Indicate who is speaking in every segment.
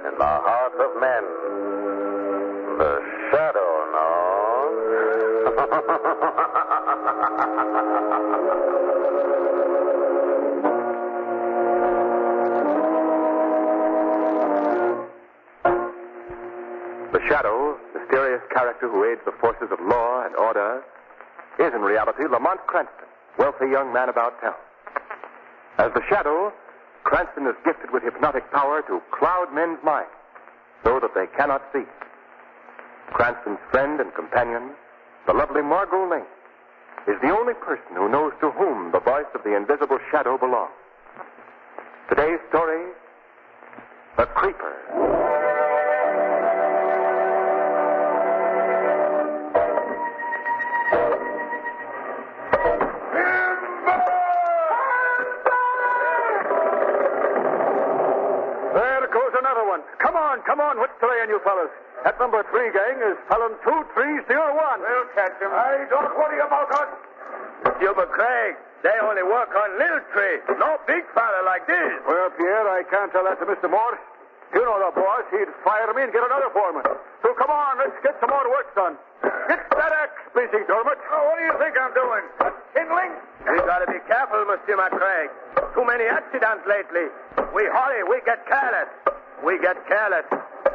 Speaker 1: character who aids the forces of law and order is in reality Lamont Cranston, wealthy young man about town. As the shadow, Cranston is gifted with hypnotic power to cloud men's minds so that they cannot see. Cranston's friend and companion, the lovely Margot Lane, is the only person who knows to whom the voice of the invisible shadow belongs. Today's story The Creeper.
Speaker 2: There goes another one. Come on, come on. What's playing you fellas? That number three gang is felon two, three, zero, one. We'll catch him. I don't worry about us. Juba Craig, they only work on little tree. No big fella like this. Well, Pierre, I can't tell that to Mr. Morris. You know the boss. He'd fire me and get another foreman. So come on, let's get some more work done. Get that axe, please, McDermott. Oh, what do you think I'm doing? Kindling? We gotta be careful, Monsieur McCraig. Too many accidents lately. We hurry, we get careless. We get careless.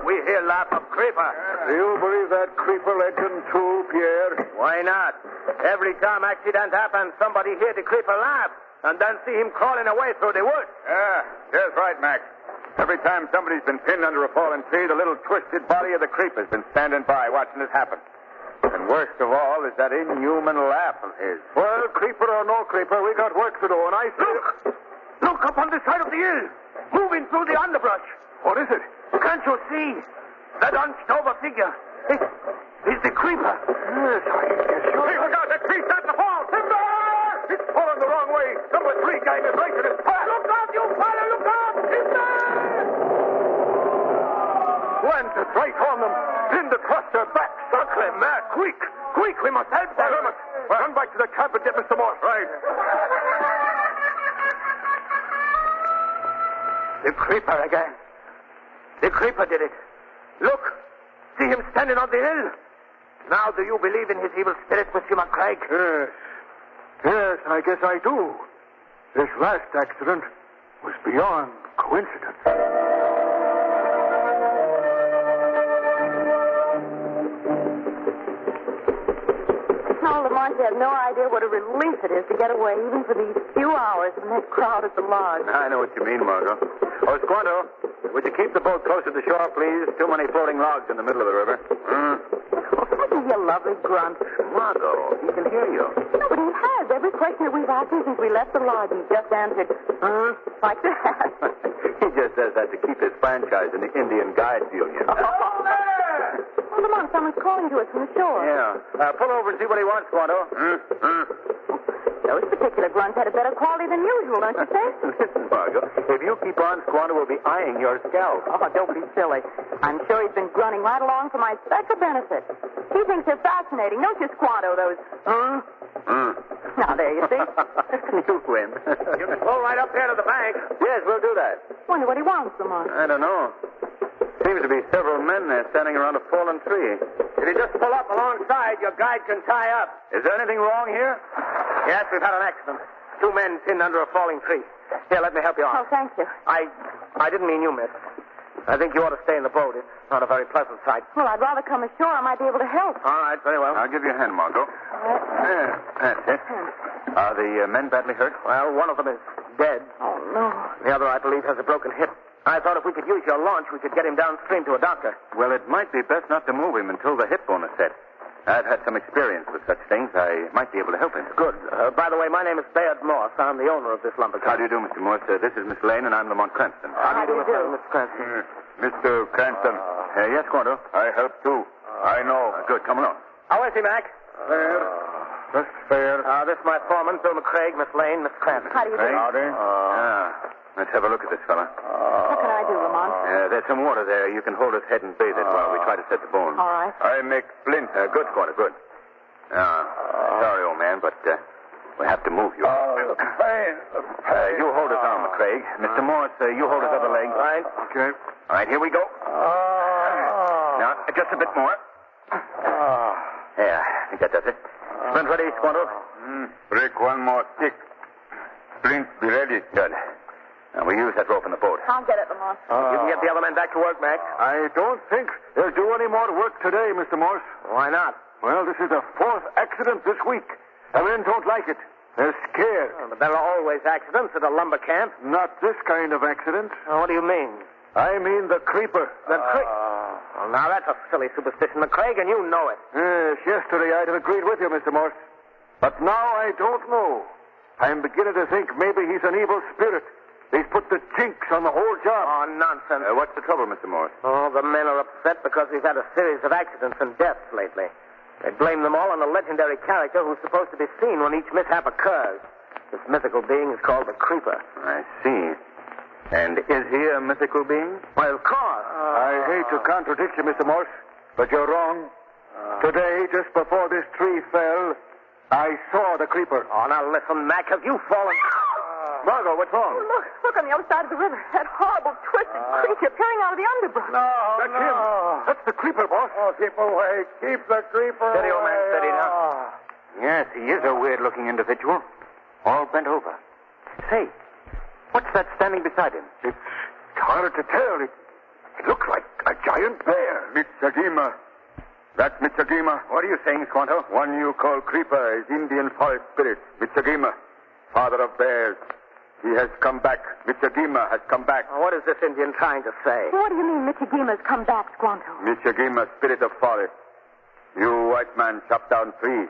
Speaker 2: We hear laugh of creeper.
Speaker 3: Do you believe that creeper legend too, Pierre?
Speaker 2: Why not? Every time accident happens, somebody hear the creeper laugh and then see him crawling away through the woods.
Speaker 3: Yeah, that's right, Mac. Every time somebody's been pinned under a fallen tree, the little twisted body of the creeper's been standing by watching it happen. And worst of all is that inhuman laugh of his.
Speaker 2: Well, creeper or no creeper, we got work to do, and I look, look up on the side of the hill, moving through the underbrush. What is it? Can't you see that hunched over figure? It is the creeper. Yes, I guess so. Hey, look out! That tree's starting to fall. Timber! It's falling the wrong way. Number three gang is racing its path. Look out, you fella! Look out! Timber! Lance is right on them. Pinned across their backs. Buckley, Matt, quick! Quick, we must help them. Run back to the camp and get Mr. Morse. Right. The creeper again. The creeper did it. Look. See him standing on the hill. Now, do you believe in his evil spirit, Monsieur McCraig?
Speaker 3: Yes. Yes, I guess I do. This last accident was beyond coincidence.
Speaker 4: Now, Lamont, you have no idea what a relief it is to get away, even for these few hours from that crowd at the lodge.
Speaker 3: I know what you mean, Margot. Oh, Squanto, would you keep the boat closer to shore, please? Too many floating logs in the middle of the river. Hmm?
Speaker 4: Oh, Peggy, you lovely grunt.
Speaker 3: Margot, he can hear you.
Speaker 4: No, but he has. Every question that we've asked him since we left the lodge, he's just answered, huh, like that.
Speaker 3: he just says that to keep his franchise in the Indian Guides Union.
Speaker 4: Oh, Lamont, someone's calling to us from the shore.
Speaker 3: Yeah. Uh, pull over and see what he wants, Squanto. Hmm?
Speaker 4: Those particular grunts had a better quality than usual, don't you think?
Speaker 3: Listen, Margot, if you keep on, Squanto will be eyeing your scalp.
Speaker 4: Oh, don't be silly. I'm sure he's been grunting right along for my special benefit. He thinks they're fascinating, don't you, Squanto? Those. Huh? Now there, you see.
Speaker 3: Hmm. you win.
Speaker 2: Pull right up there to the bank.
Speaker 3: yes, we'll do that.
Speaker 4: Wonder what he wants, Lamont.
Speaker 3: I don't know. Seems to be several men there standing around a fallen tree.
Speaker 2: If you just pull up alongside, your guide can tie up.
Speaker 3: Is there anything wrong here?
Speaker 2: Yes, we've had an accident. Two men pinned under a falling tree. Here, let me help you
Speaker 4: Oh,
Speaker 2: out.
Speaker 4: thank you.
Speaker 2: I, I didn't mean you, miss. I think you ought to stay in the boat. It's not a very pleasant sight.
Speaker 4: Well, I'd rather come ashore. I might be able to help.
Speaker 2: All right, very well.
Speaker 3: I'll give you a hand, Margot. There, that's it. Are the uh, men badly hurt?
Speaker 2: Well, one of them is dead.
Speaker 4: Oh, no.
Speaker 2: The other, I believe, has a broken hip. I thought if we could use your launch, we could get him downstream to a doctor.
Speaker 3: Well, it might be best not to move him until the hip bone is set. I've had some experience with such things. I might be able to help him.
Speaker 2: Good. Uh, by the way, my name is Bayard Morse. I'm the owner of this lumber
Speaker 3: How
Speaker 2: company.
Speaker 3: do you do, Mr. Morse? Uh, this is Miss Lane, and I'm Lamont Cranston.
Speaker 4: How do you do?
Speaker 2: Mr. Cranston?
Speaker 3: Mr. Mm, Cranston. Uh, yes, Quanto. I help too. I know. good. Come along.
Speaker 2: How is he, Mac?
Speaker 3: Fair. Just fair.
Speaker 2: Uh, this is my foreman, Bill McCraig, Miss Lane, Miss Cranston.
Speaker 4: How do you do?
Speaker 3: yeah. Uh, Let's have a look at this fella.
Speaker 4: What can I do, Lamont?
Speaker 3: Uh, there's some water there. You can hold his head and bathe it while we try to set the bone.
Speaker 4: All right.
Speaker 3: I make flint. Uh, good, Squanto, good. Uh, sorry, old man, but uh, we have to move you. Uh, you hold his arm, Craig. Mr. Morris, uh, you hold his other leg.
Speaker 2: All right.
Speaker 3: Okay. All right, here we go.
Speaker 2: Ah.
Speaker 3: Now, just a bit more. Yeah, I think that does it. Flint ready, Squanto?
Speaker 2: Mm-hmm.
Speaker 5: Break one more stick. Flint be ready.
Speaker 3: Good. Now, we use that rope in the boat.
Speaker 4: How I'll get it, Lamont.
Speaker 3: Uh,
Speaker 2: you can get the other men back to work, Mac.
Speaker 3: I don't think they'll do any more work today, Mr. Morse.
Speaker 2: Why not?
Speaker 3: Well, this is the fourth accident this week. The men don't like it. They're scared.
Speaker 2: Oh, but there are always accidents at a lumber camp.
Speaker 3: Not this kind of accident.
Speaker 2: Oh, what do you mean?
Speaker 3: I mean the creeper.
Speaker 2: The
Speaker 1: Uh.
Speaker 2: Craig. Uh, well, now that's a silly superstition, the Craig, and you know it.
Speaker 3: Yes, yesterday I'd have agreed with you, Mr. Morse. But now I don't know. I'm beginning to think maybe he's an evil spirit. He's put the jinx on the whole job. Uh,
Speaker 2: Oh, nonsense.
Speaker 1: what's the trouble, Mr. Morse?
Speaker 2: Oh, the men are upset because we've had a series of accidents and deaths lately. They blame them all on the legendary character who's supposed to be seen when each mishap occurs. This mythical being is called the Creeper.
Speaker 1: I see. And is he a mythical being?
Speaker 2: Why, of course.
Speaker 3: I
Speaker 2: Uh,
Speaker 3: hate to contradict you, Mr. Morse, but you're wrong.
Speaker 2: uh,
Speaker 3: Today, just before this tree fell, I saw the creeper.
Speaker 2: Oh, now listen, Mac, have you fallen?
Speaker 1: Margot, what's wrong?
Speaker 4: Oh, look, look on the other side of the river. That horrible, twisted creature peering out of the underbrush.
Speaker 2: Oh,
Speaker 3: That's him. That's the creeper, boss. Oh, keep away. Keep the creeper
Speaker 2: Steady, old man, away. steady now.
Speaker 1: Yes, he is a weird looking individual. All bent over. Say, what's that standing beside him?
Speaker 3: It's hard to tell. It, it looks like a giant bear. Mitsagima. That's Mitsagima.
Speaker 1: What are you saying, Squanto?
Speaker 3: One you call Creeper is Indian forest spirit, Mitsagima, father of bears. He has come back. Mitsagima has come back.
Speaker 2: What is this Indian trying to say?
Speaker 4: What do you mean Michigima's come back, Squanto?
Speaker 3: Mitsagima, spirit of forest. You white man chopped down trees.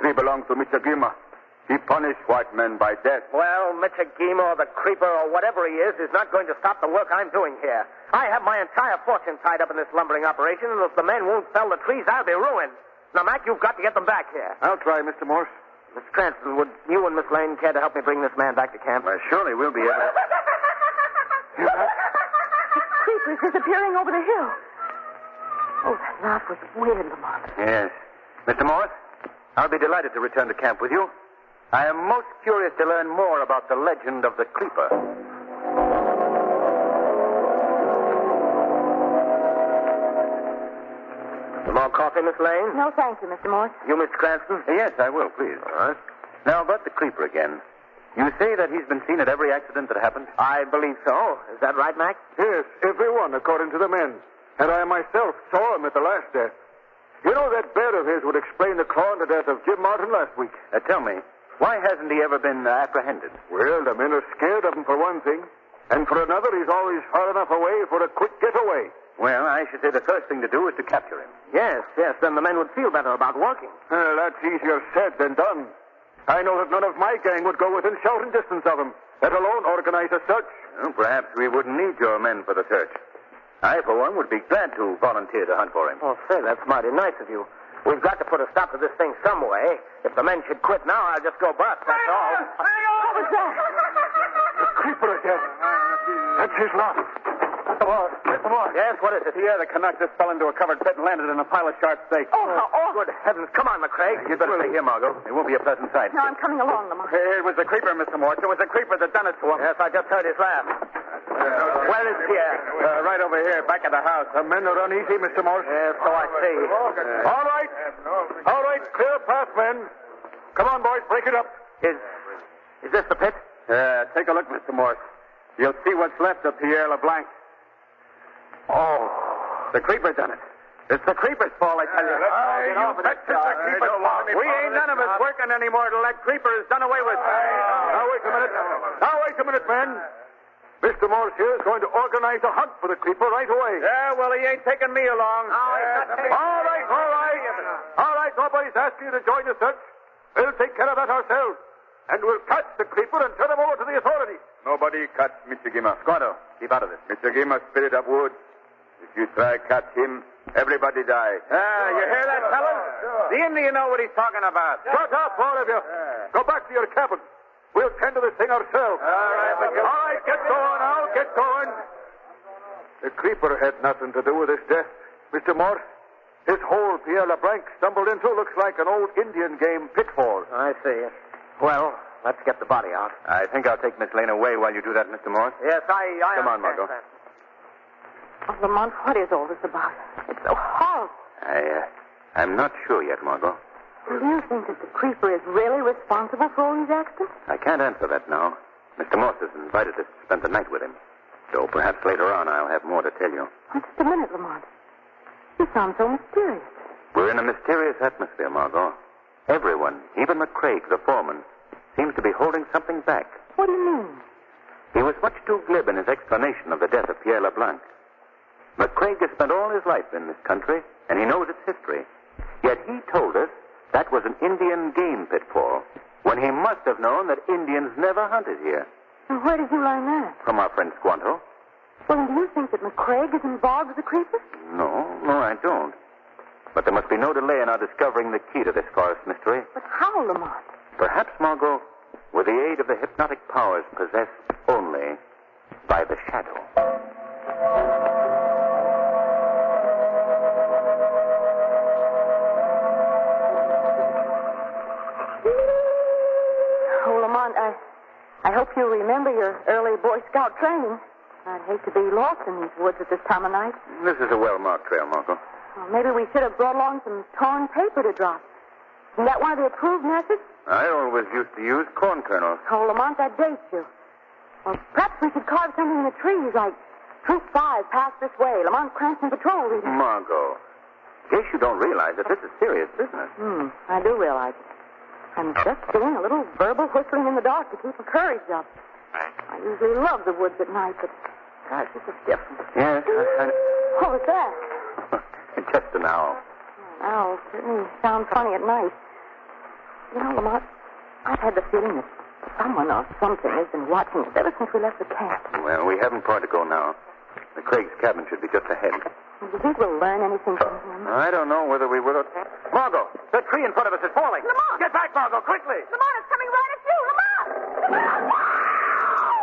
Speaker 3: Tree belongs to Mitsagima. He punished white men by death.
Speaker 2: Well, Michigima or the Creeper or whatever he is is not going to stop the work I'm doing here. I have my entire fortune tied up in this lumbering operation, and if the men won't fell the trees, I'll be ruined. Now, Mac, you've got to get them back here.
Speaker 3: I'll try, Mr. Morse.
Speaker 2: Miss Cranston, would you and Miss Lane care to help me bring this man back to camp?
Speaker 1: Well, surely we'll be able to.
Speaker 4: Creepers disappearing over the hill. Oh, that laugh was weird, Lamont.
Speaker 1: Yes. Mr. Morris, I'll be delighted to return to camp with you. I am most curious to learn more about the legend of the Creeper.
Speaker 2: More coffee, Miss Lane?
Speaker 4: No, thank you, Mr. Morse.
Speaker 2: You, Miss Cranston?
Speaker 1: Yes, I will, please. All right. Now, about the Creeper again. You say that he's been seen at every accident that happened?
Speaker 2: I believe so. Is that right, Mac?
Speaker 3: Yes, everyone, according to the men. And I myself saw him at the last death. You know, that bear of his would explain the claw and the death of Jim Martin last week.
Speaker 1: Uh, tell me, why hasn't he ever been uh, apprehended?
Speaker 3: Well, the men are scared of him for one thing, and for another, he's always far enough away for a quick getaway.
Speaker 1: Well, I should say the first thing to do is to capture him.
Speaker 2: Yes, yes. Then the men would feel better about working.
Speaker 3: Uh, that's easier said than done. I know that none of my gang would go within shouting distance of him, let alone organize a search.
Speaker 1: Well, perhaps we wouldn't need your men for the search. I, for one, would be glad to volunteer to hunt for him.
Speaker 2: Oh, say, that's mighty nice of you. We've got to put a stop to this thing some way. If the men should quit now, I'll just go bust. That's all.
Speaker 4: What was that?
Speaker 3: The creeper again. That's his laugh. Get the boy. Get the boy.
Speaker 2: Yes, what is it?
Speaker 3: Yeah, the Canuck just fell into a covered pit and landed in a pile of sharp stakes.
Speaker 2: Oh, how awful. Good heavens. Come on, McCraig.
Speaker 1: You'd better stay here, Margot. It won't be a pleasant sight.
Speaker 4: No, I'm coming along, Lamont.
Speaker 3: It was the creeper, Mr. Morse. It was the creeper that done it to him.
Speaker 2: Yes, I just heard his laugh. Where is he? at?
Speaker 3: Uh, right over here, back of the house. Uh, The Uh, men are uneasy, Mr. Morse. Uh,
Speaker 2: Yes, so I see.
Speaker 3: All right. All right, clear path, men. Come on, boys, break it up.
Speaker 2: Is, is this the pit?
Speaker 3: Uh, take a look, Mr. Morse. You'll see what's left of Pierre LeBlanc. Oh, the creeper's done it. It's the creeper's fault, I tell you. Oh, you know, but it's the creeper's fault. We ain't none of us working anymore till that creeper is done away with. Now, wait a minute. Now, wait a minute, men. Mr. Morse here is going to organize a hunt for the creeper right away. Yeah, well, he ain't taking me along. All right, all right. All right, nobody's asking you to join the search. We'll take care of that ourselves. And we'll catch the creeper and turn him over to the authorities.
Speaker 1: Nobody catch Mr. Gima. Squanto, keep out of this.
Speaker 3: Mr. Gima, spirit of wood. If you try catch him, everybody die.
Speaker 2: Ah, you hear that, fellas? The Indian know what he's talking about.
Speaker 3: Shut up, all of you. Go back to your cabin. We'll tend to this thing ourselves. All right, all right, get going now. Get going. The creeper had nothing to do with his death, Mr. Morse. This hole Pierre LeBlanc stumbled into looks like an old Indian game pitfall.
Speaker 2: I see. Well, let's get the body out.
Speaker 1: I think I'll take Miss Lane away while you do that, Mr. Morris.
Speaker 2: Yes, I. I
Speaker 1: Come on,
Speaker 2: understand
Speaker 1: Margot.
Speaker 2: that.
Speaker 4: Oh, Lamont, what is all this about? It's so horrible.
Speaker 1: I, uh, I'm not sure yet, Margot.
Speaker 4: Do you think that the creeper is really responsible for all these accidents?
Speaker 1: I can't answer that now. Mr. Morse is invited to spend the night with him. So perhaps later on I'll have more to tell you.
Speaker 4: Oh, just a minute, Lamont. You sound so mysterious.
Speaker 1: We're in a mysterious atmosphere, Margot. Everyone, even McCraig, the foreman, seems to be holding something back.
Speaker 4: What do you mean?
Speaker 1: He was much too glib in his explanation of the death of Pierre LeBlanc. McCraig has spent all his life in this country, and he knows its history. Yet he told us that was an Indian game pitfall, when he must have known that Indians never hunted here.
Speaker 4: And where did you learn that?
Speaker 1: From our friend Squanto?
Speaker 4: Well, then do you think that McCraig is involved with the creeper?
Speaker 1: No, no, I don't. But there must be no delay in our discovering the key to this forest mystery.
Speaker 4: But how, Lamont?
Speaker 1: Perhaps, Margot, with the aid of the hypnotic powers possessed only by the shadow.
Speaker 4: Oh, Lamont, I, I hope you remember your early Boy Scout training. I'd hate to be lost in these woods at this time of night.
Speaker 1: This is a well marked trail, Margot.
Speaker 4: Well, maybe we should have brought along some torn paper to drop. Isn't that one of the approved methods?
Speaker 1: I always used to use corn kernels.
Speaker 4: Oh, Lamont, that dates you. Well, perhaps we should carve something in the trees, like Troop 5 passed this way, Lamont Cranston Patrol leader.
Speaker 1: Margot, in case you don't realize that this is serious business.
Speaker 4: Hmm, I do realize it. I'm just doing a little verbal whistling in the dark to keep the courage up. I usually love the woods at night, but gosh, this is different.
Speaker 1: Yes, I,
Speaker 4: What was that?
Speaker 1: I... just an owl.
Speaker 4: Owls certainly sound funny at night. You know, Lamont, I've had the feeling that someone or something has been watching us ever since we left the camp.
Speaker 1: Well, we haven't far to go now. The Craig's cabin should be just ahead.
Speaker 4: Do you think we'll learn anything from him?
Speaker 1: I don't know whether we will. or- Margot, the tree in front of us is falling.
Speaker 6: Lamont!
Speaker 1: Get back, Margot, quickly!
Speaker 6: Lamont is coming right at you. Lamont! Lamont!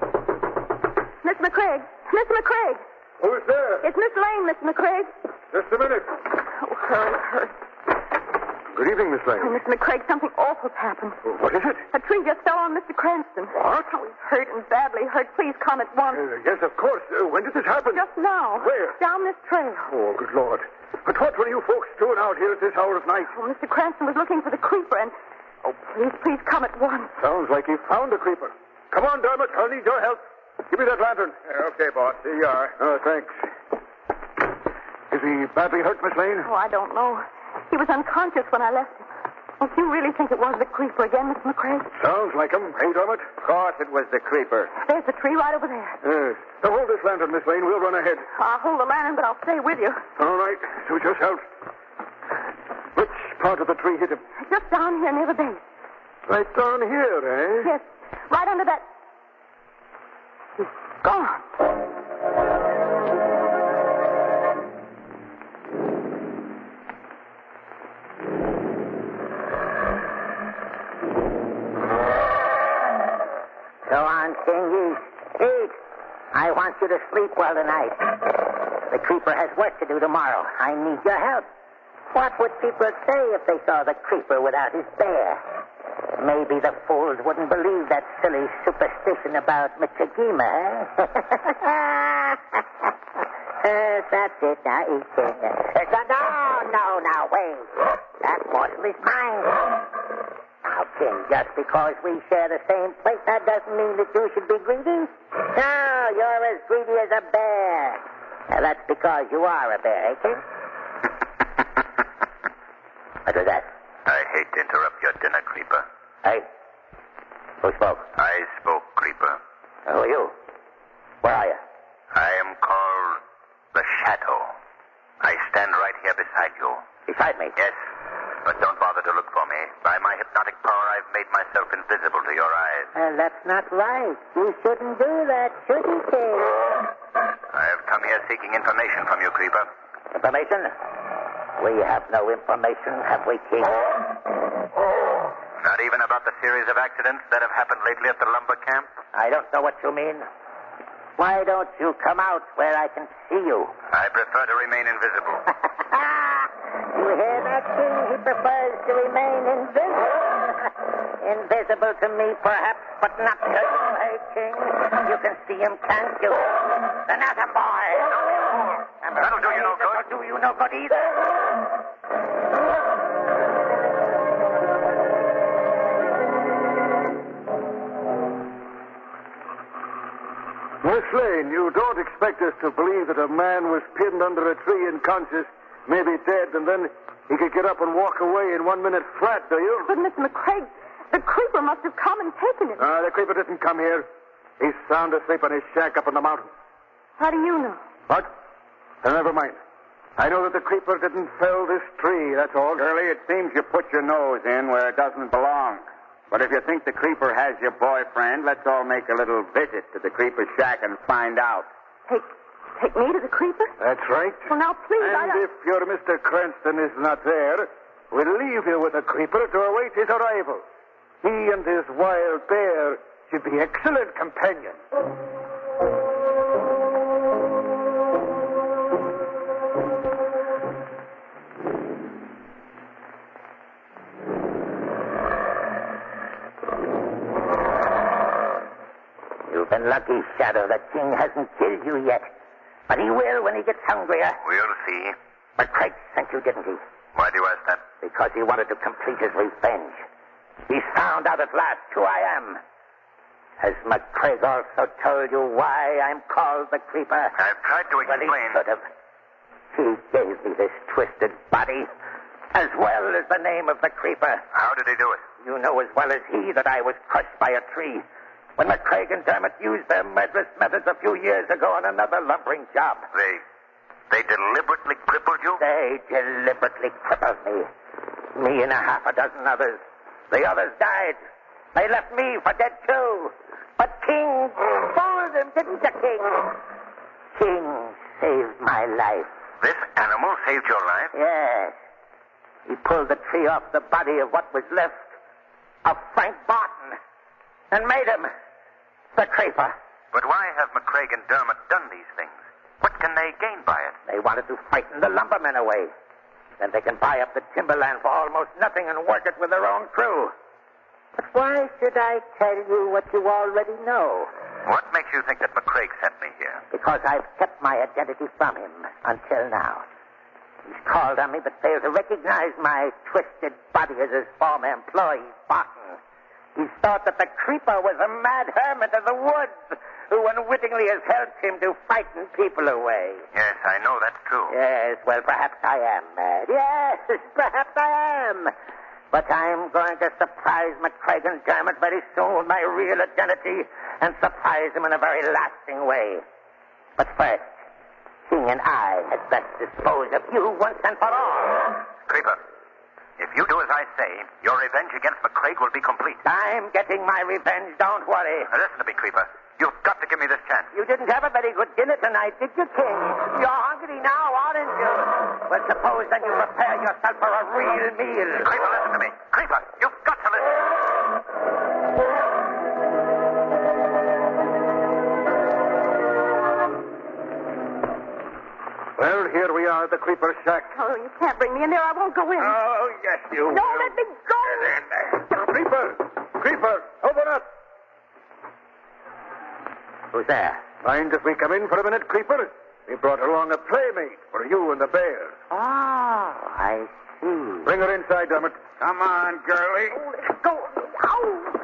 Speaker 4: Miss McCraig! Miss McCraig!
Speaker 3: Who's there?
Speaker 4: It's Miss Lane, Miss McCraig.
Speaker 3: Just a minute.
Speaker 4: Oh, hurry, hurry.
Speaker 3: Good evening, Miss
Speaker 4: Oh,
Speaker 3: Lane.
Speaker 4: Miss McCraig, something awful's happened.
Speaker 3: What is it?
Speaker 4: A tree just fell on Mr. Cranston.
Speaker 3: What?
Speaker 4: Oh, he's hurt and badly hurt. Please come at once.
Speaker 3: Uh, yes, of course. Uh, when did this happen?
Speaker 4: Just now.
Speaker 3: Where?
Speaker 4: Down this trail.
Speaker 3: Oh, good Lord. But what were you folks doing out here at this hour of night?
Speaker 4: Oh, Mr. Cranston was looking for the creeper and. Oh, please, please come at once.
Speaker 3: Sounds like he found a creeper. Come on, Dermot. I'll need your help. Give me that lantern. Uh, okay, boss. Here you are. Oh, thanks. Is he badly hurt, Miss Lane?
Speaker 4: Oh, I don't know. He was unconscious when I left him. Oh, do you really think it was the creeper again, Miss McCraig?
Speaker 3: Sounds like him. Hey, Dermot.
Speaker 1: Of course it was the creeper.
Speaker 4: There's the tree right over there.
Speaker 3: Yes. Now hold this lantern, Miss Lane. We'll run ahead.
Speaker 4: I'll hold the lantern, but I'll stay with you.
Speaker 3: All right. Suit yourself. Which part of the tree hit him?
Speaker 4: Just down here near the base.
Speaker 3: Right down here, eh?
Speaker 4: Yes, right under that. He's gone.
Speaker 6: Go on, Stingy. Eat. I want you to sleep well tonight. The creeper has work to do tomorrow. I need your help. What would people say if they saw the creeper without his bear? Maybe the fools wouldn't believe that silly superstition about Michigima, eh? Yes, that's it. Now eat it. Uh, No, no, no, wait. That morsel is mine. Now, Jim, just because we share the same plate, that doesn't mean that you should be greedy. No, you're as greedy as a bear. Now, that's because you are a bear, eh, ain't it? What was that?
Speaker 7: I hate to interrupt your dinner, Creeper.
Speaker 6: Hey? Who spoke?
Speaker 7: I spoke, Creeper.
Speaker 6: Who are you? Where are you?
Speaker 7: I am called the Shadow. I stand right here beside you.
Speaker 6: Beside me.
Speaker 7: Yes, but don't bother to look for me. By my hypnotic power, I've made myself invisible to your eyes.
Speaker 6: Uh, that's not right. You shouldn't do that, should you, King?
Speaker 7: I have come here seeking information from you, Creeper.
Speaker 6: Information? We have no information, have we, King?
Speaker 7: Not even about the series of accidents that have happened lately at the lumber camp?
Speaker 6: I don't know what you mean. Why don't you come out where I can see you?
Speaker 7: I prefer to remain invisible.
Speaker 6: watching, he prefers to remain invisible. invisible to me, perhaps, but not to you, hey, King. You can see him, can't you? Another boy. I'm
Speaker 7: That'll do you no
Speaker 6: afraid
Speaker 7: good.
Speaker 6: That'll do you no good either.
Speaker 3: Miss Lane, you don't expect us to believe that a man was pinned under a tree unconscious, maybe dead, and then he could get up and walk away in one minute flat, do you?
Speaker 4: But, Mr. McCraig, the creeper must have come and taken him.
Speaker 3: Uh, the creeper didn't come here. He's sound asleep in his shack up in the mountain.
Speaker 4: How do you know?
Speaker 3: What? Now, never mind. I know that the creeper didn't fell this tree, that's all.
Speaker 1: Curly, it seems you put your nose in where it doesn't belong. But if you think the creeper has your boyfriend, let's all make a little visit to the creeper's shack and find out.
Speaker 4: Take, take me to the creeper?
Speaker 3: That's right.
Speaker 4: Well, now, please, I
Speaker 3: And
Speaker 4: don't...
Speaker 3: if your Mr. Cranston is not there, we'll leave you with the creeper to await his arrival. He and his wild bear should be excellent companions.
Speaker 6: You've been lucky, Shadow. The king hasn't killed you yet. But he will when he gets hungrier.
Speaker 7: We'll see.
Speaker 6: But Craig sent you, didn't he?
Speaker 7: Why do you ask that?
Speaker 6: Because he wanted to complete his revenge. He's found out at last who I am. Has McCraig also told you why I'm called the Creeper?
Speaker 7: I've tried to
Speaker 6: Well, he
Speaker 7: explain.
Speaker 6: should have. He gave me this twisted body, as well as the name of the Creeper.
Speaker 7: How did he do it?
Speaker 6: You know as well as he that I was crushed by a tree. When McCraig and Dermot used their murderous methods a few years ago on another lumbering job,
Speaker 7: They they deliberately crippled you?
Speaker 6: they deliberately crippled me. Me and a half a dozen others. The others died. They left me for dead too. But King fooled them, didn't you, King? King saved my life.
Speaker 7: This animal saved your life?
Speaker 6: Yes. He pulled the tree off the body of what was left of Frank Barton and made him the creeper.
Speaker 7: But why have McCraig and Dermot done these things? What can they gain by it?
Speaker 6: They wanted to frighten the lumbermen away. Then they can buy up the timberland for almost nothing and work it with their own crew. But why should I tell you what you already know?
Speaker 7: What makes you think that McCraig sent me here?
Speaker 6: Because I've kept my identity from him until now. He's called on me but failed to recognize my twisted body as his former employee, Barton. He thought that the creeper was a mad hermit of the woods who unwittingly has helped him to frighten people away.
Speaker 7: Yes, I know that's true.
Speaker 6: Yes, well, perhaps I am mad. Yes, perhaps I am. But I'm going to surprise McCraig and Dermot very soon with my real identity and surprise them in a very lasting way. But first, King and I had best dispose of you once and for all.
Speaker 7: Creeper, if you do as I say, your revenge against McCraig will be complete.
Speaker 6: I'm getting my revenge, don't worry.
Speaker 7: Now, listen to me, Creeper. You've got to give me this chance.
Speaker 6: You didn't have a very good dinner tonight, did you, King? You're hungry now, aren't you? Well, suppose then you prepare yourself for a real meal.
Speaker 7: Creeper, listen to me. Creeper, you've got to listen.
Speaker 3: Well, here we are at the creeper shack.
Speaker 4: Oh, you can't bring me in there. I won't go in.
Speaker 3: Oh, yes, you
Speaker 4: Don't let me go.
Speaker 7: uh,
Speaker 3: Creeper! Creeper! Open up!
Speaker 6: Who's there?
Speaker 3: Mind if we come in for a minute, Creeper? We brought along a playmate for you and the bear.
Speaker 6: Oh, I see.
Speaker 3: Bring her inside, Dermot.
Speaker 1: Come on, girlie.
Speaker 4: Go. Oh, Ow.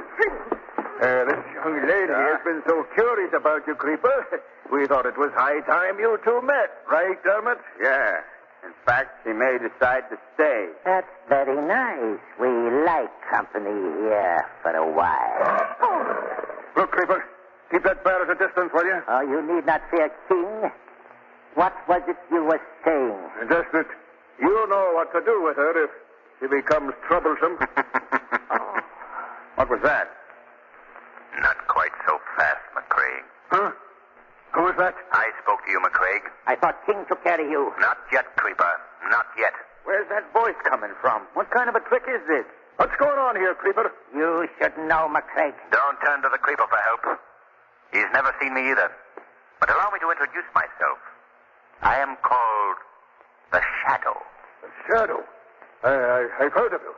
Speaker 3: Uh, this young lady has been so curious about you, Creeper. We thought it was high time you two met, right, Dermot?
Speaker 1: Yeah. In fact, she may decide to stay.
Speaker 6: That's very nice. We like company here for a while.
Speaker 3: Look, Creeper, keep that bear at a distance, will you?
Speaker 6: Oh, you need not fear, King. What was it you were saying?
Speaker 3: Just that you know what to do with her if she becomes troublesome.
Speaker 1: What was that?
Speaker 7: Not quite so fast, McCraig.
Speaker 3: huh? Who was that?
Speaker 7: I spoke to you, McCraig.
Speaker 6: I thought King took care of you.
Speaker 7: Not yet, Creeper. Not yet.
Speaker 1: Where's that voice coming from? What kind of a trick is this?
Speaker 3: What's going on here, Creeper?
Speaker 6: You should know, McCraig.
Speaker 7: Don't turn to the Creeper for help. He's never seen me either. But allow me to introduce myself. I am called the Shadow.
Speaker 3: Shadow. I, I, I've heard of you.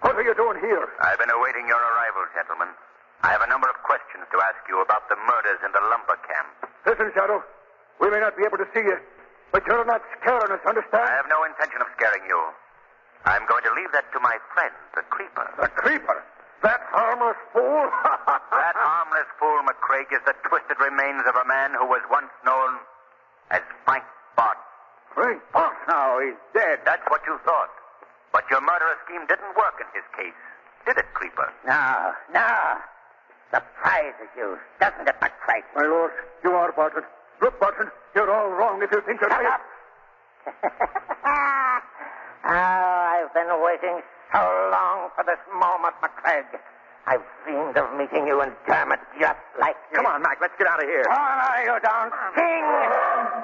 Speaker 3: What are you doing here?
Speaker 7: I've been awaiting your arrival, gentlemen. I have a number of questions to ask you about the murders in the lumber camp.
Speaker 3: Listen, Shadow. We may not be able to see you, but you're not scaring us,
Speaker 7: I
Speaker 3: understand?
Speaker 7: have no intention of scaring you. I'm going to leave that to my friend, the Creeper.
Speaker 3: The creeper. That harmless fool.
Speaker 7: That harmless fool, McCraig, is the twisted remains of a man who was once known as Frank Bart.
Speaker 3: Frank Boss now. He's dead.
Speaker 7: That's what you thought. But your murderer scheme didn't work in his case, did it, Creeper?
Speaker 6: No, no. Surprises you, doesn't it, McCraig?
Speaker 3: My lord, you are Barton. Look, Barton, you're all wrong if you think you're...
Speaker 6: Shut up. oh, I've been waiting so long for this moment, McCraig. I've dreamed of meeting you, and damn it, just like you.
Speaker 2: Come on, Mac, let's get out of here.
Speaker 6: Honor, you don't. King!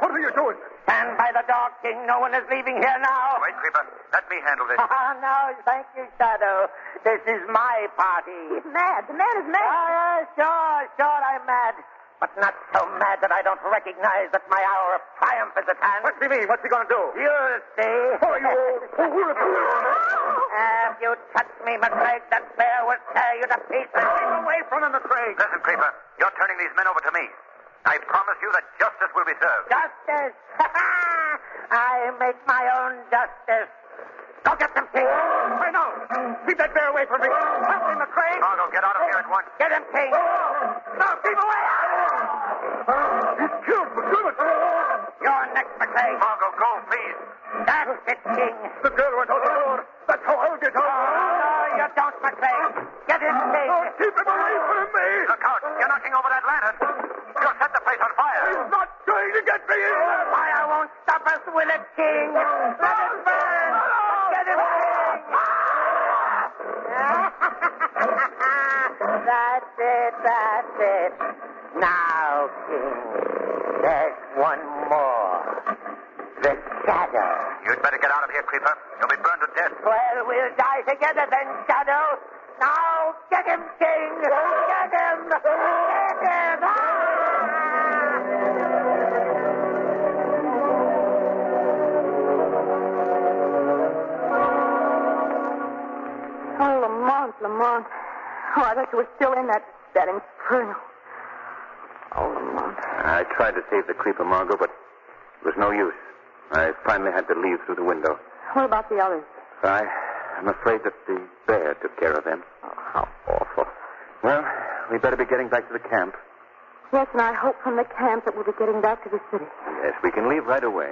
Speaker 3: What are you doing?
Speaker 6: Stand by the dog, King. No one is leaving here now.
Speaker 7: Wait, Creeper. Let me handle this.
Speaker 6: Ah, no, thank you, Shadow. This is my party.
Speaker 4: He's mad. The man is mad.
Speaker 6: Ah, sure, sure, I'm mad. But not so mad that I don't recognize that my hour of triumph is at hand.
Speaker 2: What's he mean? What's he going to do?
Speaker 6: You'll see.
Speaker 3: Oh, you old fool.
Speaker 6: Ah, if you touch me, McCraig, that bear will tear you to pieces.
Speaker 2: away from him, McCraig.
Speaker 7: Listen, Creeper. You're turning these men over to me. I promise you that justice will be served.
Speaker 6: Justice! I make my own justice. Go get them, King. I know. Keep that bear away from me. Help me, McCraig.
Speaker 7: Fargo, get out of here at once.
Speaker 6: Get him, King. No, keep away.
Speaker 3: He's killed McDermott.
Speaker 6: Your next, McCraig.
Speaker 7: Fargo, go, please.
Speaker 6: That's it, King. Oh,
Speaker 3: The girl went out the door. That's how I'll get out.
Speaker 6: No, you don't, McCraig. Get him, King.
Speaker 3: Oh, keep him away from me.
Speaker 7: Look out. You're knocking over that lantern. You'll set the place on fire.
Speaker 3: He's not going to get me in there.
Speaker 6: Fire won't stop us, will it, King? Let it burn. Get him, King. that's it, that's it. Now, King, there's one more. The Shadow.
Speaker 7: You'd better get out of here, Creeper. You'll be burned to death.
Speaker 6: Well, we'll die together then, Shadow. Now, get him, King! Get him! Get him! Ah!
Speaker 4: Oh, Lamont, Lamont. Oh, I thought you were still in that, that inferno. Oh, Lamont.
Speaker 1: I tried to save the creeper, Margot, but it was no use. I finally had to leave through the window.
Speaker 4: What about the others?
Speaker 1: I, I'm afraid that the bear took care of them.
Speaker 4: Oh, how awful.
Speaker 1: Well, we better be getting back to the camp.
Speaker 4: Yes, and I hope from the camp that we'll be getting back to the city.
Speaker 1: Yes, we can leave right away.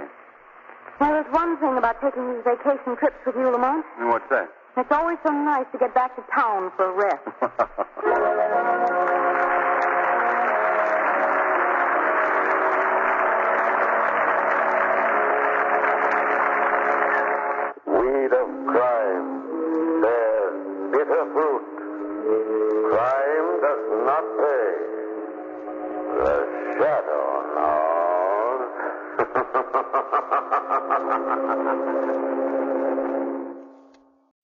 Speaker 4: Well, there's one thing about taking these vacation trips with you, Lamont.
Speaker 1: And what's that?
Speaker 4: It's always so nice to get back to town for a rest.
Speaker 3: Weed of crime. Their bitter fruit. Crime does not pay. The shadow knows.